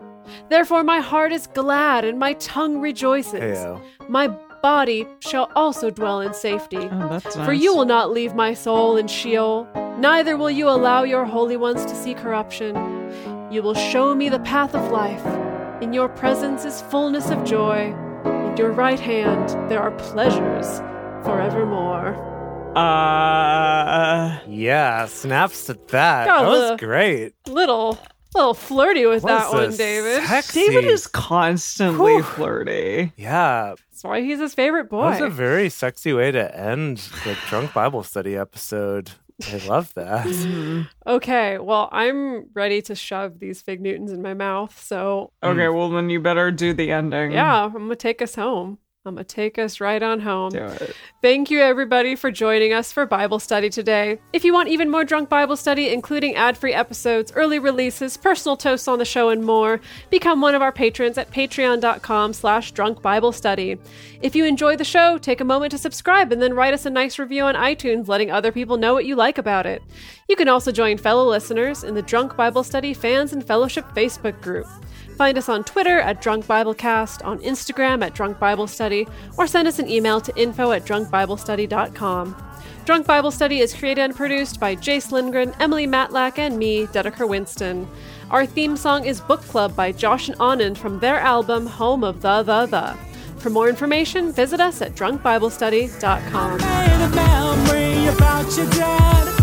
Therefore, my heart is glad and my tongue rejoices. Heyo. My body shall also dwell in safety. Oh, that's nice. For you will not leave my soul in Sheol, neither will you allow your holy ones to see corruption. You will show me the path of life. In your presence is fullness of joy. At your right hand there are pleasures forevermore. Uh, Yeah, snaps to that. Got a that little- was great. Little, little flirty uh, with that What one, is David. this? Sexy. David is constantly Whew. flirty. Yeah, That's why he's his favorite that was a boy. very sexy way to end the drunk Bible study episode. I love that. okay, well, I'm ready to shove these fig Newtons in my mouth, so Okay, well then you better do the Mm. ending. yeah, I'm gonna take us home. I'm gonna take us right on home. do it. Thank you, everybody, for joining us for Bible study today. If you want even more drunk Bible study, including ad free episodes, early releases, personal toasts on the show, and more, become one of our patrons at patreon.com slash drunk Bible study. If you enjoy the show, take a moment to subscribe and then write us a nice review on iTunes, letting other people know what you like about it. You can also join fellow listeners in the Drunk Bible Study Fans and Fellowship Facebook group. Find us on Twitter at Drunk Biblecast, on Instagram at Drunk Bible Study, or send us an email to info at drunkbiblestudy.com. Drunk Bible Study is created and produced by Jace Lindgren, Emily Matlack, and me, Dedeker Winston. Our theme song is Book Club by Josh and Anand from their album Home of the The The. For more information, visit us at drunkbiblestudy.com. made a memory about your dad.